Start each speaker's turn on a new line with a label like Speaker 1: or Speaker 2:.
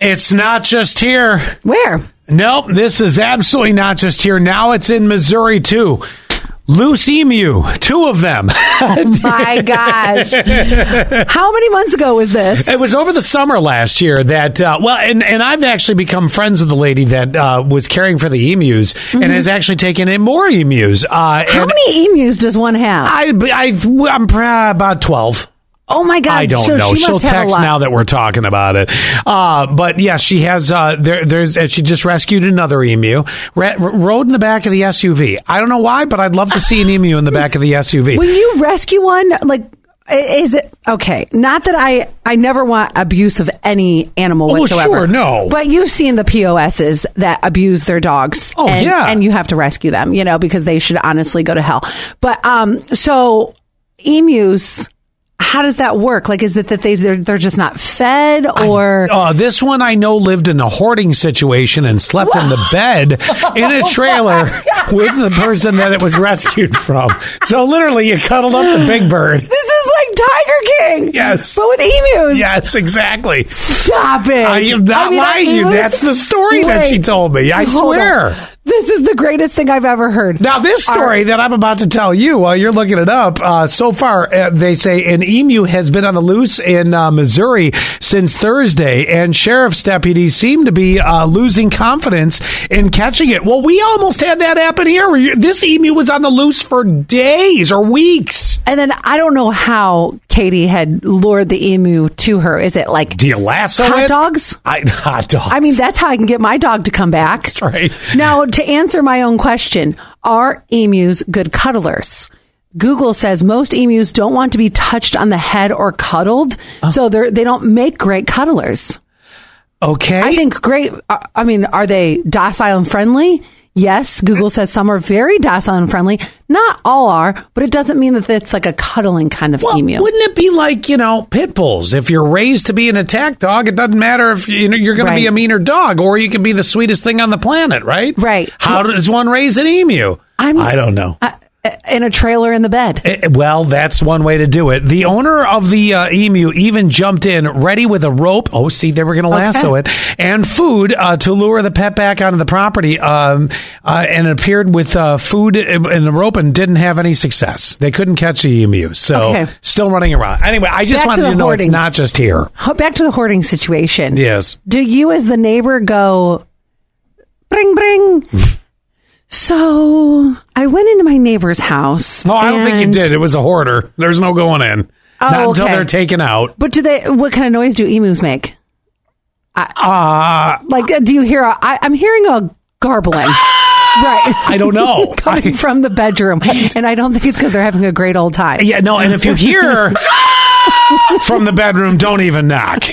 Speaker 1: It's not just here.
Speaker 2: Where?
Speaker 1: Nope, this is absolutely not just here. Now it's in Missouri too. Loose emu, two of them.
Speaker 2: My gosh. How many months ago was this?
Speaker 1: It was over the summer last year that uh, well, and and I've actually become friends with the lady that uh, was caring for the emus and has actually taken in more emus. Uh,
Speaker 2: Mm-hmm. How
Speaker 1: and
Speaker 2: many emus does one have?
Speaker 1: I, I I'm pra- about twelve.
Speaker 2: Oh my God.
Speaker 1: I don't
Speaker 2: so
Speaker 1: know.
Speaker 2: She
Speaker 1: She'll
Speaker 2: must have
Speaker 1: text
Speaker 2: a lot.
Speaker 1: now that we're talking about it. Uh, but yeah, she has. Uh, there, there's. And she just rescued another emu. Re- rode in the back of the SUV. I don't know why, but I'd love to see an emu in the back of the SUV.
Speaker 2: Will you rescue one? Like, i- is it okay? Not that I, I never want abuse of any animal
Speaker 1: Oh, well,
Speaker 2: whatsoever.
Speaker 1: sure, no.
Speaker 2: But you've seen the POSs that abuse their dogs.
Speaker 1: Oh,
Speaker 2: and,
Speaker 1: yeah.
Speaker 2: and you have to rescue them, you know, because they should honestly go to hell. But um, so emus. How does that work? Like, is it that they they're, they're just not fed, or
Speaker 1: Uh, this one I know lived in a hoarding situation and slept in the bed in
Speaker 2: Oh
Speaker 1: a trailer with the person that it was rescued from. So literally, you cuddled up the big bird.
Speaker 2: this is like Tiger King?
Speaker 1: Yes.
Speaker 2: but with emus.
Speaker 1: Yes, exactly.
Speaker 2: Stop it!
Speaker 1: I am not
Speaker 2: mean,
Speaker 1: lying to you.
Speaker 2: it was-
Speaker 1: That's the story that she told me. I
Speaker 2: Hold on.
Speaker 1: swear.
Speaker 2: This is the greatest thing I've ever heard.
Speaker 1: Now, this story that I'm about to tell you while you're looking it up, uh, so far, uh, they say an emu has been on the loose in uh, Missouri since Thursday, and sheriff's deputies seem to be uh, losing confidence in catching it. Well, we almost had that happen here. where you- This emu was on the loose for days or weeks.
Speaker 2: And then I don't know how Katie had lured the emu to her. Is it like
Speaker 1: Do you lasso
Speaker 2: hot
Speaker 1: it?
Speaker 2: dogs?
Speaker 1: I, hot dogs.
Speaker 2: I mean, that's how I can get my dog to come back. That's
Speaker 1: right.
Speaker 2: Now, to answer my own question, are emus good cuddlers? Google says most emus don't want to be touched on the head or cuddled,
Speaker 1: Oh.
Speaker 2: so they're, they don't make great cuddlers.
Speaker 1: okay.
Speaker 2: I think great. Uh, I mean, are they docile and friendly? Yes, Google says some are very docile and friendly. Not all are, but it doesn't mean that it's like a cuddling kind of
Speaker 1: Well,
Speaker 2: emu.
Speaker 1: Wouldn't it be like you know pit bulls? If you're raised to be an attack dog, it doesn't matter if you know you're going to be
Speaker 2: Right.
Speaker 1: a meaner dog, or you can be the sweetest thing on the planet, right?
Speaker 2: Right.
Speaker 1: How does one raise an emu?
Speaker 2: I'm-
Speaker 1: I don't know.
Speaker 2: Uh, in a trailer in the bed.
Speaker 1: Eh, well, that's one way to do it. The owner of the uh, emu even jumped in, ready with a rope. Oh, see, they were going to lasso it and food uh, to lure the pet back onto the property. Um, uh, and appeared with uh, food and and the rope, and didn't have any success. They couldn't catch the emu, so
Speaker 2: Okay.
Speaker 1: still running around. Anyway, I just
Speaker 2: Back
Speaker 1: wanted
Speaker 2: to the
Speaker 1: to, know it's
Speaker 2: hoarding.
Speaker 1: not just here.
Speaker 2: Ho- Back to the hoarding situation.
Speaker 1: Yes.
Speaker 2: Do you, as the neighbor, go, bring, bring? so I went into my neighbor's house.
Speaker 1: No, I don't think you
Speaker 2: and-
Speaker 1: did. It was a hoarder. There's no going in.
Speaker 2: Oh,
Speaker 1: not until
Speaker 2: okay.
Speaker 1: they're taken out.
Speaker 2: But do they? What kind of noise do emus make?
Speaker 1: Uh,
Speaker 2: Like, uh, do you hear? A, I, I'm hearing a garbling. Right.
Speaker 1: I don't know.
Speaker 2: coming from the bedroom. And I don't think it's because they're having a great old time.
Speaker 1: Yeah, no, and if you hear from the bedroom, don't even knock.